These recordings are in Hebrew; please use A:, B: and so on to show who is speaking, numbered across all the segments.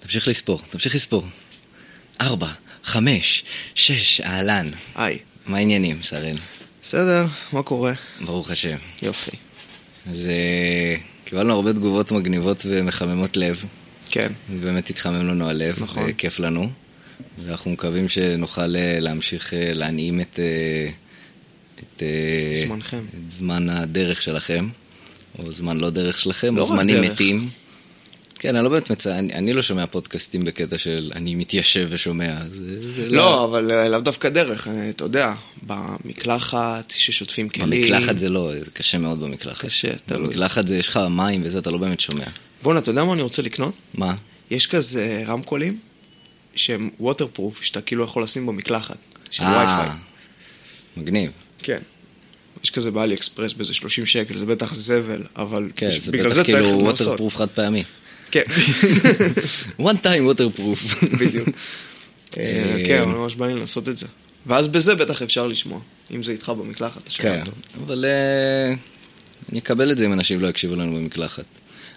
A: תמשיך לספור, תמשיך לספור. ארבע, חמש, שש, אהלן.
B: היי,
A: מה העניינים, שראל?
B: בסדר, מה קורה?
A: ברוך השם.
B: יופי.
A: אז אה, קיבלנו הרבה תגובות מגניבות ומחממות לב.
B: כן,
A: באמת התחמם לנו הלב,
B: נכון.
A: אה, כיף לנו. ואנחנו מקווים שנוכל אה, להמשיך אה, להנעים את... אה, את אה,
B: זמנכם.
A: את זמן הדרך שלכם, או זמן לא דרך שלכם,
B: לא
A: או
B: רק
A: זמנים
B: דרך.
A: מתים. כן, אני לא באמת מצ... אני, אני לא שומע פודקאסטים בקטע של אני מתיישב ושומע. זה, זה
B: לא, אבל אה, לאו דווקא דרך, אה, אתה יודע, במקלחת, ששוטפים כלים.
A: במקלחת זה לא, זה קשה מאוד במקלחת.
B: קשה, תלוי.
A: במקלחת זה יש לך מים וזה, אתה לא באמת שומע.
B: בואנה, אתה יודע מה אני רוצה לקנות?
A: מה?
B: יש כזה רמקולים שהם ווטרפרוף, שאתה כאילו יכול לשים במקלחת, של
A: אה,
B: וי-פיי.
A: מגניב.
B: כן. יש כזה באלי אקספרס באיזה 30 שקל, זה בטח זבל, אבל
A: כן,
B: בש-
A: זה
B: בגלל
A: בטח
B: זה צריך
A: כאילו
B: לנסות.
A: ווטרפרוף חד פעמי.
B: כן,
A: one time ווטרפרוף.
B: בדיוק. אה,
A: אה,
B: כן, אבל ממש בא לי לנסות את זה. ואז בזה בטח אפשר לשמוע, אם זה איתך במקלחת, אתה שומע
A: כן,
B: טוב.
A: אבל אה, אני אקבל את זה אם אנשים לא יקשיבו לנו במקלחת.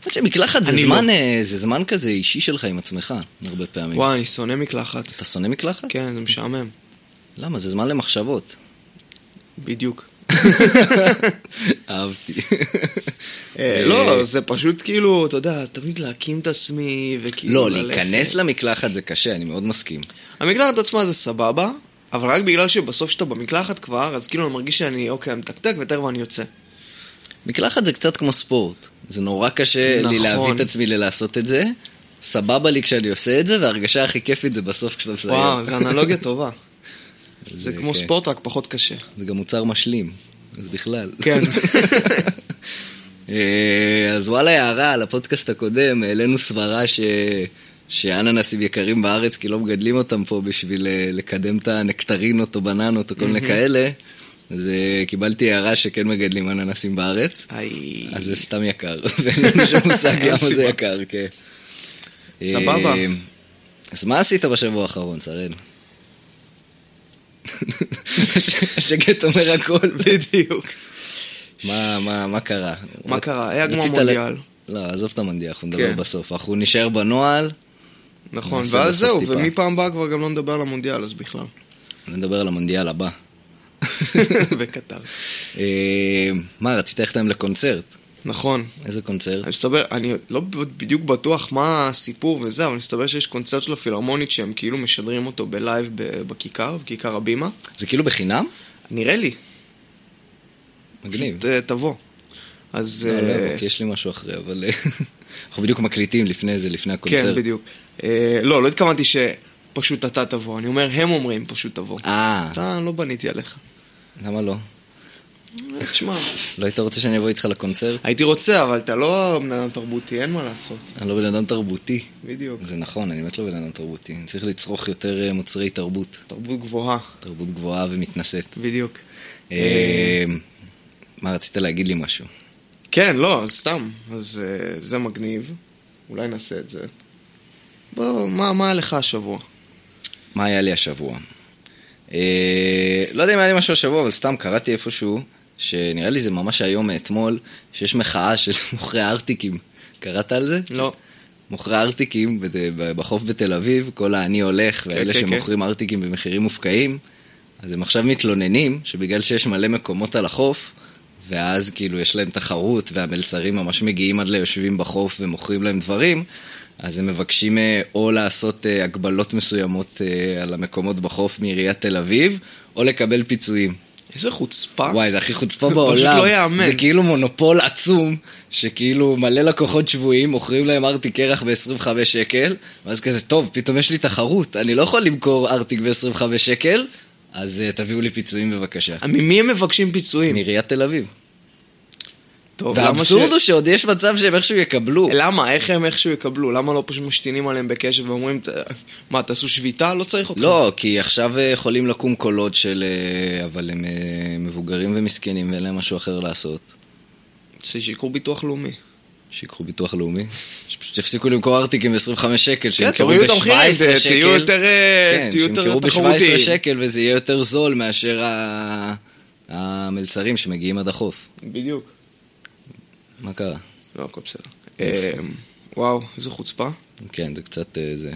A: האמת שמקלחת זה
B: אני
A: זמן,
B: לא.
A: אה, זה זמן כזה אישי שלך עם עצמך, הרבה פעמים.
B: וואי, אני שונא מקלחת.
A: אתה שונא מקלחת?
B: כן, זה משעמם, כן.
A: למה? זה זמן למחשבות.
B: בדיוק.
A: אהבתי.
B: אה, לא, זה פשוט כאילו, אתה יודע, תמיד להקים את עצמי, וכאילו...
A: לא,
B: כאילו ללכת.
A: להיכנס למקלחת זה קשה, אני מאוד מסכים.
B: המקלחת עצמה זה סבבה, אבל רק בגלל שבסוף שאתה במקלחת כבר, אז כאילו אני מרגיש שאני, אוקיי, אני מתקתק, ותכף אני יוצא.
A: מקלחת זה קצת כמו ספורט. זה נורא קשה לי
B: נכון.
A: להביא את עצמי ללעשות את זה. סבבה לי כשאני עושה את זה, וההרגשה הכי כיפית זה בסוף כשאתה מסיים.
B: וואו, זו אנלוגיה טובה. זה
A: זה
B: כמו
A: כן.
B: ספורט, רק פחות קשה.
A: זה גם מוצר משלים, אז בכלל.
B: כן.
A: אה, אז וואלה, הערה על הפודקאסט הקודם, העלינו סברה ש... שאננסים יקרים בארץ כי לא מגדלים אותם פה בשביל אה, לקדם את הנקטרינות או בננות או כל מיני כאלה. אז אה, קיבלתי הערה שכן מגדלים אננסים בארץ,
B: היי...
A: אז זה סתם יקר, ואין לנו שום מושג
B: אין
A: למה זה
B: סיבה.
A: יקר, כן.
B: סבבה.
A: אה, אז מה עשית בשבוע האחרון, שראל? השקט אומר הכל.
B: בדיוק.
A: מה, מה, מה קרה?
B: מה קרה? היה גמר
A: רצית
B: מונדיאל.
A: ל... לא, עזוב את המונדיאל, אנחנו נדבר
B: כן.
A: בסוף. אנחנו נישאר בנוהל,
B: נכון,
A: נעשה
B: ואז
A: בסוף
B: זהו,
A: טיפה.
B: ומפעם הבאה כבר גם לא נדבר על המונדיאל, אז בכלל.
A: נדבר על המונדיאל הבא.
B: בקטר.
A: אה, מה, רצית ללכת היום לקונצרט?
B: נכון.
A: איזה קונצרט?
B: אני מסתבר, אני לא בדיוק בטוח מה הסיפור וזה, אבל מסתבר שיש קונצרט של הפילהרמונית שהם כאילו משדרים אותו בלייב ב- בכיכר, בכיכר הבימה.
A: זה כאילו בחינם?
B: נראה לי,
A: מגניב.
B: פשוט אה, תבוא. אז...
A: לא,
B: אה,
A: לא, כי יש לי משהו אחרי, אבל אה, אנחנו בדיוק מקליטים לפני זה, לפני הקונצרט.
B: כן, בדיוק. אה, לא, לא התכוונתי שפשוט אתה תבוא, אני אומר, הם אומרים פשוט תבוא.
A: אה,
B: אתה, לא בניתי עליך.
A: למה לא?
B: אה, תשמע,
A: לא היית רוצה שאני אבוא איתך לקונצרט?
B: הייתי רוצה, אבל אתה לא בן אדם תרבותי, אין מה לעשות.
A: אני לא בן אדם תרבותי.
B: בדיוק.
A: זה נכון, אני באמת לא בן אדם תרבותי. אני צריך לצרוך יותר אה, מוצרי תרבות.
B: תרבות גבוהה,
A: תרבות גבוהה ומתנשאת.
B: בדיוק.
A: אה, מה, רצית להגיד לי משהו?
B: כן, לא, סתם. אז אה, זה מגניב, אולי נעשה את זה. בוא, מה, מה היה לך השבוע?
A: מה היה לי השבוע? אה, לא יודע אם היה לי משהו השבוע, אבל סתם קראתי איפשהו, שנראה לי זה ממש היום מאתמול, שיש מחאה של מוכרי הארטיקים. קראת על זה?
B: לא.
A: מוכרי ארטיקים בת- ב- בחוף בתל אביב, כל האני הולך, ואלה
B: כן, כן.
A: שמוכרים ארטיקים במחירים מופקעים, אז הם עכשיו מתלוננים שבגלל שיש מלא מקומות על החוף, ואז כאילו יש להם תחרות, והמלצרים ממש מגיעים עד ליושבים בחוף ומוכרים להם דברים, אז הם מבקשים אה, או לעשות אה, הגבלות מסוימות אה, על המקומות בחוף מעיריית תל אביב, או לקבל פיצויים.
B: איזה חוצפה.
A: וואי, זה הכי חוצפה
B: פשוט
A: בעולם.
B: לא יאמן.
A: זה כאילו מונופול עצום, שכאילו מלא לקוחות שבויים, מוכרים להם ארטיק קרח ב-25 שקל, ואז כזה, טוב, פתאום יש לי תחרות, אני לא יכול למכור ארטיק ב-25 שקל, אז uh, תביאו לי פיצויים בבקשה.
B: ממי הם מבקשים פיצויים?
A: מעיריית תל אביב.
B: טוב, למה
A: והאבסורד הוא שעוד יש מצב שהם איכשהו יקבלו.
B: למה? איך הם איכשהו יקבלו? למה לא פשוט משתינים עליהם בקשב ואומרים, "ת- מה, תעשו שביתה? לא צריך אותך.
A: לא, כי עכשיו אה, יכולים לקום קולות של... אה, אבל הם אה, מבוגרים ומסכנים ואין להם משהו אחר לעשות.
B: זה שיקרו ביטוח לאומי.
A: שיקחו ביטוח לאומי, שפשוט יפסיקו למכור ארטיקים ב-25 שקל, שימכרו
B: כן, תורידו את המחירים,
A: ב-17
B: זה-
A: שקל.
B: תהיו יותר, אה,
A: כן,
B: תהיו יותר
A: שימכרו ב-17
B: תחרותיים.
A: שקל וזה יהיה יותר זול מאשר ה- המלצרים שמגיעים עד החוף.
B: בדיוק.
A: מה קרה?
B: לא, הכל בסדר. אמ, וואו, איזה חוצפה.
A: כן, זה קצת אה, זה.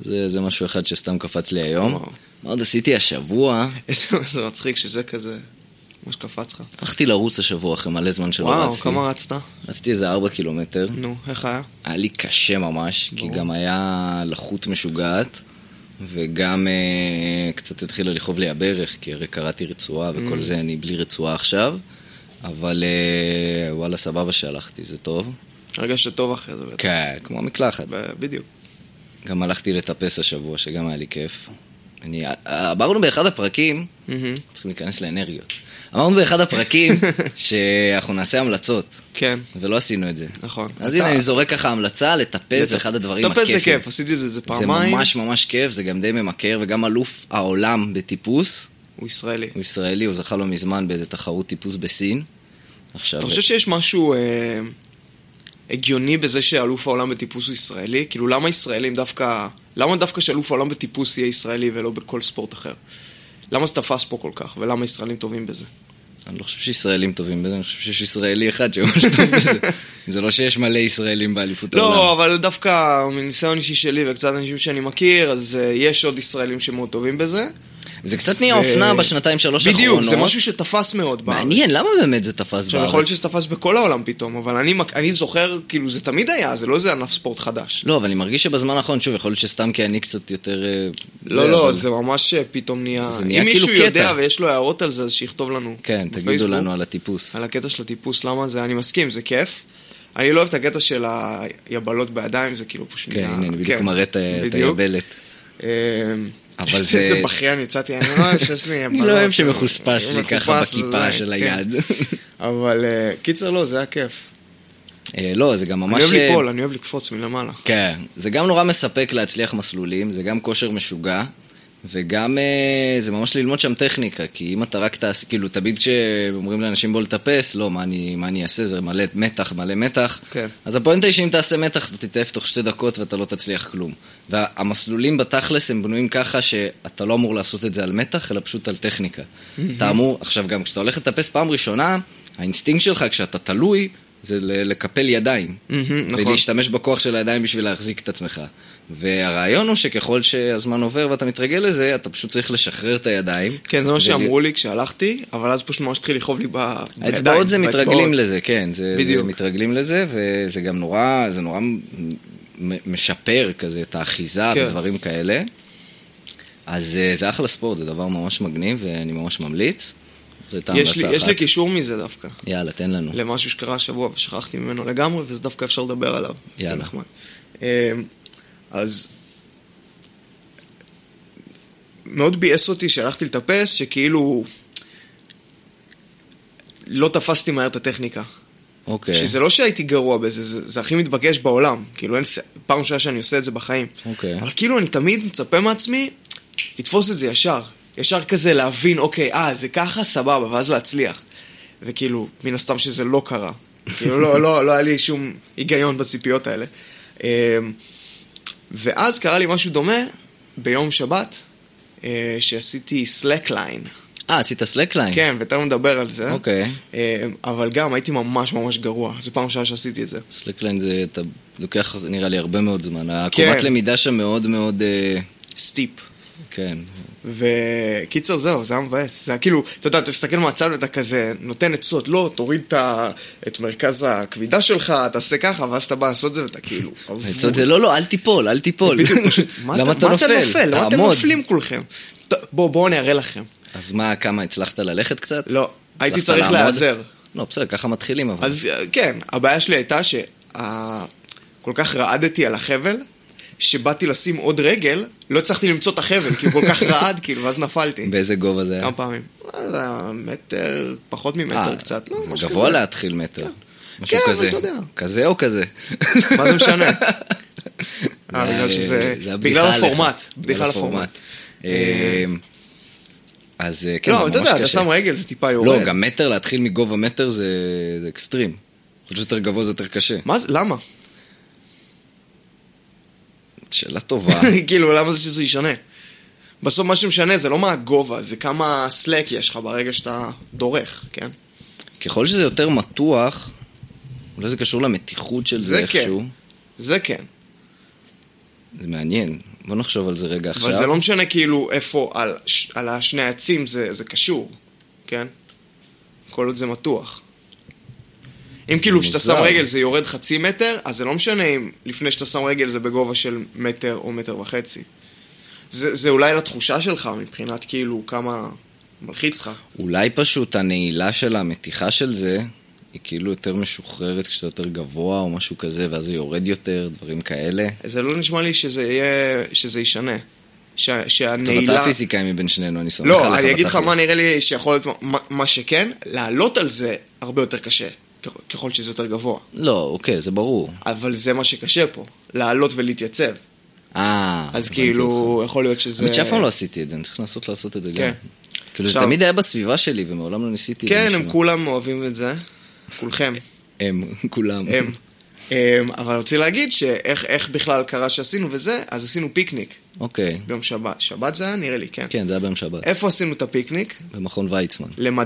A: זה, זה משהו אחד שסתם קפץ לי היום.
B: וואו.
A: מה עוד עשיתי השבוע?
B: איזה זה מצחיק שזה כזה, מה שקפץ לך.
A: הלכתי לרוץ השבוע אחרי מלא זמן שלא
B: וואו,
A: רצתי.
B: כמה רצת?
A: רצתי איזה 4 קילומטר.
B: נו, איך היה?
A: היה לי קשה ממש, כי
B: ברור.
A: גם היה לחות משוגעת, וגם אה, קצת התחילה לכאוב לי הברך, כי הרי קראתי רצועה
B: Mm.
A: וכל זה, אני בלי רצועה עכשיו, אבל אה, וואלה, סבבה שהלכתי, זה טוב.
B: הרגשת טוב אחרי זה. בטח.
A: כן, כמו מקלחת.
B: ב- בדיוק.
A: גם הלכתי לטפס השבוע, שגם היה לי כיף. אני, אה, אמרנו באחד הפרקים,
B: מהמם.
A: צריכים להיכנס לאנרגיות. אמרנו באחד הפרקים שאנחנו נעשה המלצות,
B: כן,
A: ולא עשינו את זה.
B: נכון.
A: אז
B: אתה-
A: הנה, אני זורק ככה המלצה, לטפס זה אחד הדברים הכיפים.
B: טפס זה כיף, עשיתי את זה איזה
A: זה
B: פעמיים.
A: ממש ממש כיף, זה גם די ממכר, וגם אלוף העולם בטיפוס,
B: הוא ישראלי.
A: הוא ישראלי, הוא זכה לא מזמן באיזה תחרות טיפוס בסין. עכשיו,
B: אתה חושב שיש משהו אה, הגיוני בזה שאלוף העולם בטיפוס הוא ישראלי? כאילו, למה ישראלים דווקא... למה דווקא שאלוף העולם בטיפוס יהיה ישראלי ולא בכל ספורט אחר? למה זה תפס פה כל כך? ולמה ישראלים טובים בזה?
A: אני לא חושב שישראלים טובים בזה, אני חושב שיש ישראלי אחד שממש טוב בזה. זה לא שיש מלא ישראלים באליפות העולם.
B: לא, אבל דווקא מניסיון אישי שלי וקצת אנשים שאני מכיר, אז אה, יש עוד ישראלים שמאוד טובים בזה.
A: זה קצת נהיה
B: ו-
A: אופנה בשנתיים שלוש האחרונות.
B: בדיוק, זה משהו שתפס מאוד בארץ.
A: מעניין, למה באמת זה תפס
B: עכשיו, יכול
A: בארץ?
B: להיות שזה תפס בכל העולם פתאום, אבל אני, מק- אני זוכר, כאילו, זה תמיד היה, זה לא איזה ענף ספורט חדש.
A: לא, אבל אני מרגיש שבזמן האחרון, שוב, יכול להיות שסתם כי אני קצת יותר... אה,
B: לא,
A: זה,
B: לא,
A: אבל-
B: זה ממש אה, פתאום נהיה...
A: זה נהיה
B: אם
A: כאילו
B: מישהו יודע
A: קטע.
B: ויש לו הערות על זה, אז שיכתוב לנו.
A: כן, תגידו
B: בפייסבוק, אה,
A: לנו על הטיפוס.
B: על הקטע של הטיפוס, למה זה, אני מסכים, זה כיף. אני לא אוהב את הקטע של היבלות בידיים, זה כאילו פשוט
A: כן, הנה, אני בדיוק מראה את ה- את
B: בדיוק.
A: היבלת.
B: אמ,
A: אבל
B: איזה
A: זה-
B: איזה בכיין יצאתי, אני לא אוהב שיש לי...
A: אני לא אוהב שמחוספס לי ככה
B: מחופש
A: בכיפה
B: וזה,
A: של
B: כן.
A: היד.
B: אבל אה, קיצר, לא, זה היה כיף.
A: אה, לא, זה גם
B: אני
A: ממש...
B: אוהב
A: אה,
B: ליפול, אני אוהב לקפוץ מלמעלה.
A: כן, זה גם נורא מספק להצליח מסלולים, זה גם כושר משוגע, וגם אה, זה ממש ללמוד שם טכניקה, כי אם אתה רק תעשה, כאילו תמיד כשאומרים לאנשים בוא לטפס, לא, מה אני, מה אני אעשה, זה מלא מתח, מלא מתח.
B: כן.
A: אז הפואנטה היא שאם תעשה מתח, אתה תתעף תוך שתי דקות ואתה לא תצליח כלום. והמסלולים בתכלס הם בנויים ככה שאתה לא אמור לעשות את זה על מתח, אלא פשוט על טכניקה. אתה אמור, עכשיו גם כשאתה הולך לטפס פעם ראשונה, האינסטינקט שלך כשאתה תלוי, זה ל- לקפל ידיים.
B: מהמם, נכון.
A: ולהשתמש בכוח של הידיים בשביל להחזיק את עצמך. והרעיון הוא שככל שהזמן עובר ואתה מתרגל לזה, אתה פשוט צריך לשחרר את הידיים.
B: כן, זה מה
A: ול-
B: שאמרו לי כשהלכתי, אבל אז פשוט ממש התחיל לכאוב לי ב- בידיים.
A: האצבעות זה
B: באצבעות.
A: מתרגלים לזה, כן. זה, זה
B: בדיוק.
A: מתרגלים לזה, וזה גם נורא, זה נורא מ- מ- משפר כזה את האחיזה
B: כן.
A: ודברים כאלה. אז אה, זה אחלה ספורט, זה דבר ממש מגניב, ואני ממש ממליץ. זו הייתה
B: יש לי-
A: המלצה
B: יש לי
A: אחת.
B: קישור מזה דווקא,
A: יאללה, תן לנו.
B: למשהו שקרה השבוע ושכחתי ממנו לגמרי, וזה דווקא אפשר לדבר עליו. זה
A: יאללה.
B: נחמד. אמ, אז... מאוד ביאס אותי שהלכתי לטפס, שכאילו... לא תפסתי מהר את הטכניקה.
A: אוקיי.
B: שזה לא שהייתי גרוע בזה, זה, זה הכי מתבקש בעולם. כאילו, אין, ס- פעם ראשונה שאני עושה את זה בחיים.
A: אוקיי.
B: אבל כאילו, אני תמיד מצפה מעצמי לתפוס את זה ישר. ישר כזה להבין, אוקיי, אה, זה ככה, סבבה, ואז להצליח. וכאילו, מן הסתם שזה לא קרה. כאילו, לא, לא, לא היה לי שום היגיון בציפיות האלה. אמ, ואז קרה לי משהו דומה ביום שבת, אה, שעשיתי סלקליין.
A: אה, עשית סלקליין?
B: כן, ותכף נדבר על זה.
A: אוקיי.
B: אמ, אבל גם הייתי ממש ממש גרוע, זו פעם ראשונה שעשיתי את זה.
A: סלקליין זה, אתה לוקח נראה לי הרבה מאוד זמן.
B: כן.
A: העקומת למידה שם מאוד מאוד, אה,
B: סטיפ.
A: כן.
B: וקיצר זהו, זה היה מבאס. זה היה כאילו, אתה יודע, אתה מסתכל מהצד ואתה כזה נותן עצות, לא, תוריד את, ה... את מרכז הכבידה שלך, תעשה ככה, ואז אתה בא לעשות זה ואתה כאילו... אבוד.
A: העצות זה לא, לא, אל תיפול, אל תיפול.
B: בדיוק, פשוט, מה
A: למה אתה נופל?
B: למה אתם
A: תעמוד.
B: נופלים כולכם? טוב, בואו, בואו אני אראה לכם.
A: אז מה, כמה, הצלחת ללכת קצת?
B: לא, הייתי
A: הצלחת
B: צריך
A: לעמוד?
B: להיעזר.
A: לא, בסדר, ככה מתחילים אבל.
B: אז אה, כן, הבעיה שלי הייתה שכל כך רעדתי על החבל, שבאתי לשים עוד רגל, לא הצלחתי למצוא את החבל, כי הוא כל כך רעד, כאילו, ואז נפלתי.
A: באיזה גובה זה היה?
B: כמה פעמים? לא יודע, מטר, פחות ממטר
A: אה,
B: קצת, לא,
A: זה
B: משהו
A: גבוה
B: כזה.
A: להתחיל מטר. משהו
B: כן, אבל
A: כזה.
B: אתה יודע.
A: כזה או כזה?
B: מה זה משנה?
A: זה-
B: אה, בגלל שזה...
A: זה הבדיחה
B: בגלל
A: עליך.
B: הפורמט.
A: בגלל
B: בדיחה לפורמט.
A: אה, אז אה, כן, זה
B: לא,
A: ממש
B: אתה
A: קשה.
B: יודע, אתה שם רגל, זה טיפה יורד.
A: לא, גם מטר, להתחיל מגובה מטר זה, זה אקסטרים. יכול להיות שיותר גבוה זה יותר קשה.
B: מה זה, למה?
A: שאלה טובה.
B: כאילו, למה זה שזה ישנה? בסוף מה שמשנה זה לא מה הגובה, זה כמה סלק יש לך ברגע שאתה דורך, כן?
A: ככל שזה יותר מתוח, אולי זה קשור למתיחות של זה,
B: זה כן.
A: איכשהו.
B: זה כן.
A: זה מעניין. בוא נחשוב על זה רגע עכשיו.
B: אבל זה לא משנה כאילו איפה, על, ש- על השני העצים זה, זה קשור, כן? כל עוד זה מתוח. אם כאילו כשאתה שם
A: מוזר.
B: רגל זה יורד חצי מטר, אז זה לא משנה אם לפני שאתה שם רגל זה בגובה של מטר או מטר וחצי. זה, זה אולי לתחושה שלך מבחינת כאילו כמה מלחיץ לך.
A: אולי פשוט הנעילה של המתיחה של זה, היא כאילו יותר משוחררת כשאתה יותר גבוה או משהו כזה, ואז זה יורד יותר, דברים כאלה.
B: זה לא נשמע לי שזה יהיה, שזה ישנה. ש,
A: טוב,
B: שהנעילה...
A: אתה הפיזיקאי מבין שנינו, אני סומך עליך.
B: לא, אני אגיד לך
A: בתכלס.
B: מה נראה לי שיכול להיות, מה- מה שכן, לעלות על זה הרבה יותר קשה, ככל- ככל שזה יותר גבוה.
A: לא, אוקיי, זה ברור.
B: אבל זה מה שקשה פה, לעלות ולהתייצב.
A: אה,
B: אז
A: הבנתי אותך.
B: כאילו, יכול להיות שזה...
A: האמת שאף פעם לא עשיתי את זה, אני צריך לנסות לעשות את זה גם.
B: כן.
A: כאילו, זה
B: עכשיו-
A: תמיד היה בסביבה שלי, ומעולם לא ניסיתי את זה.
B: כן,
A: משום
B: הם
A: מה.
B: כולם אוהבים את זה, כולכם,
A: הם, כולם.
B: הם. אמ, אבל רציתי להגיד שאיך איך בכלל קרה שעשינו וזה, אז עשינו פיקניק
A: אוקיי.
B: ביום שבת. שבת זה היה נראה לי, כן.
A: כן, זה היה ביום שבת,
B: איפה עשינו את הפיקניק?
A: במכון ויצמן.
B: למדע.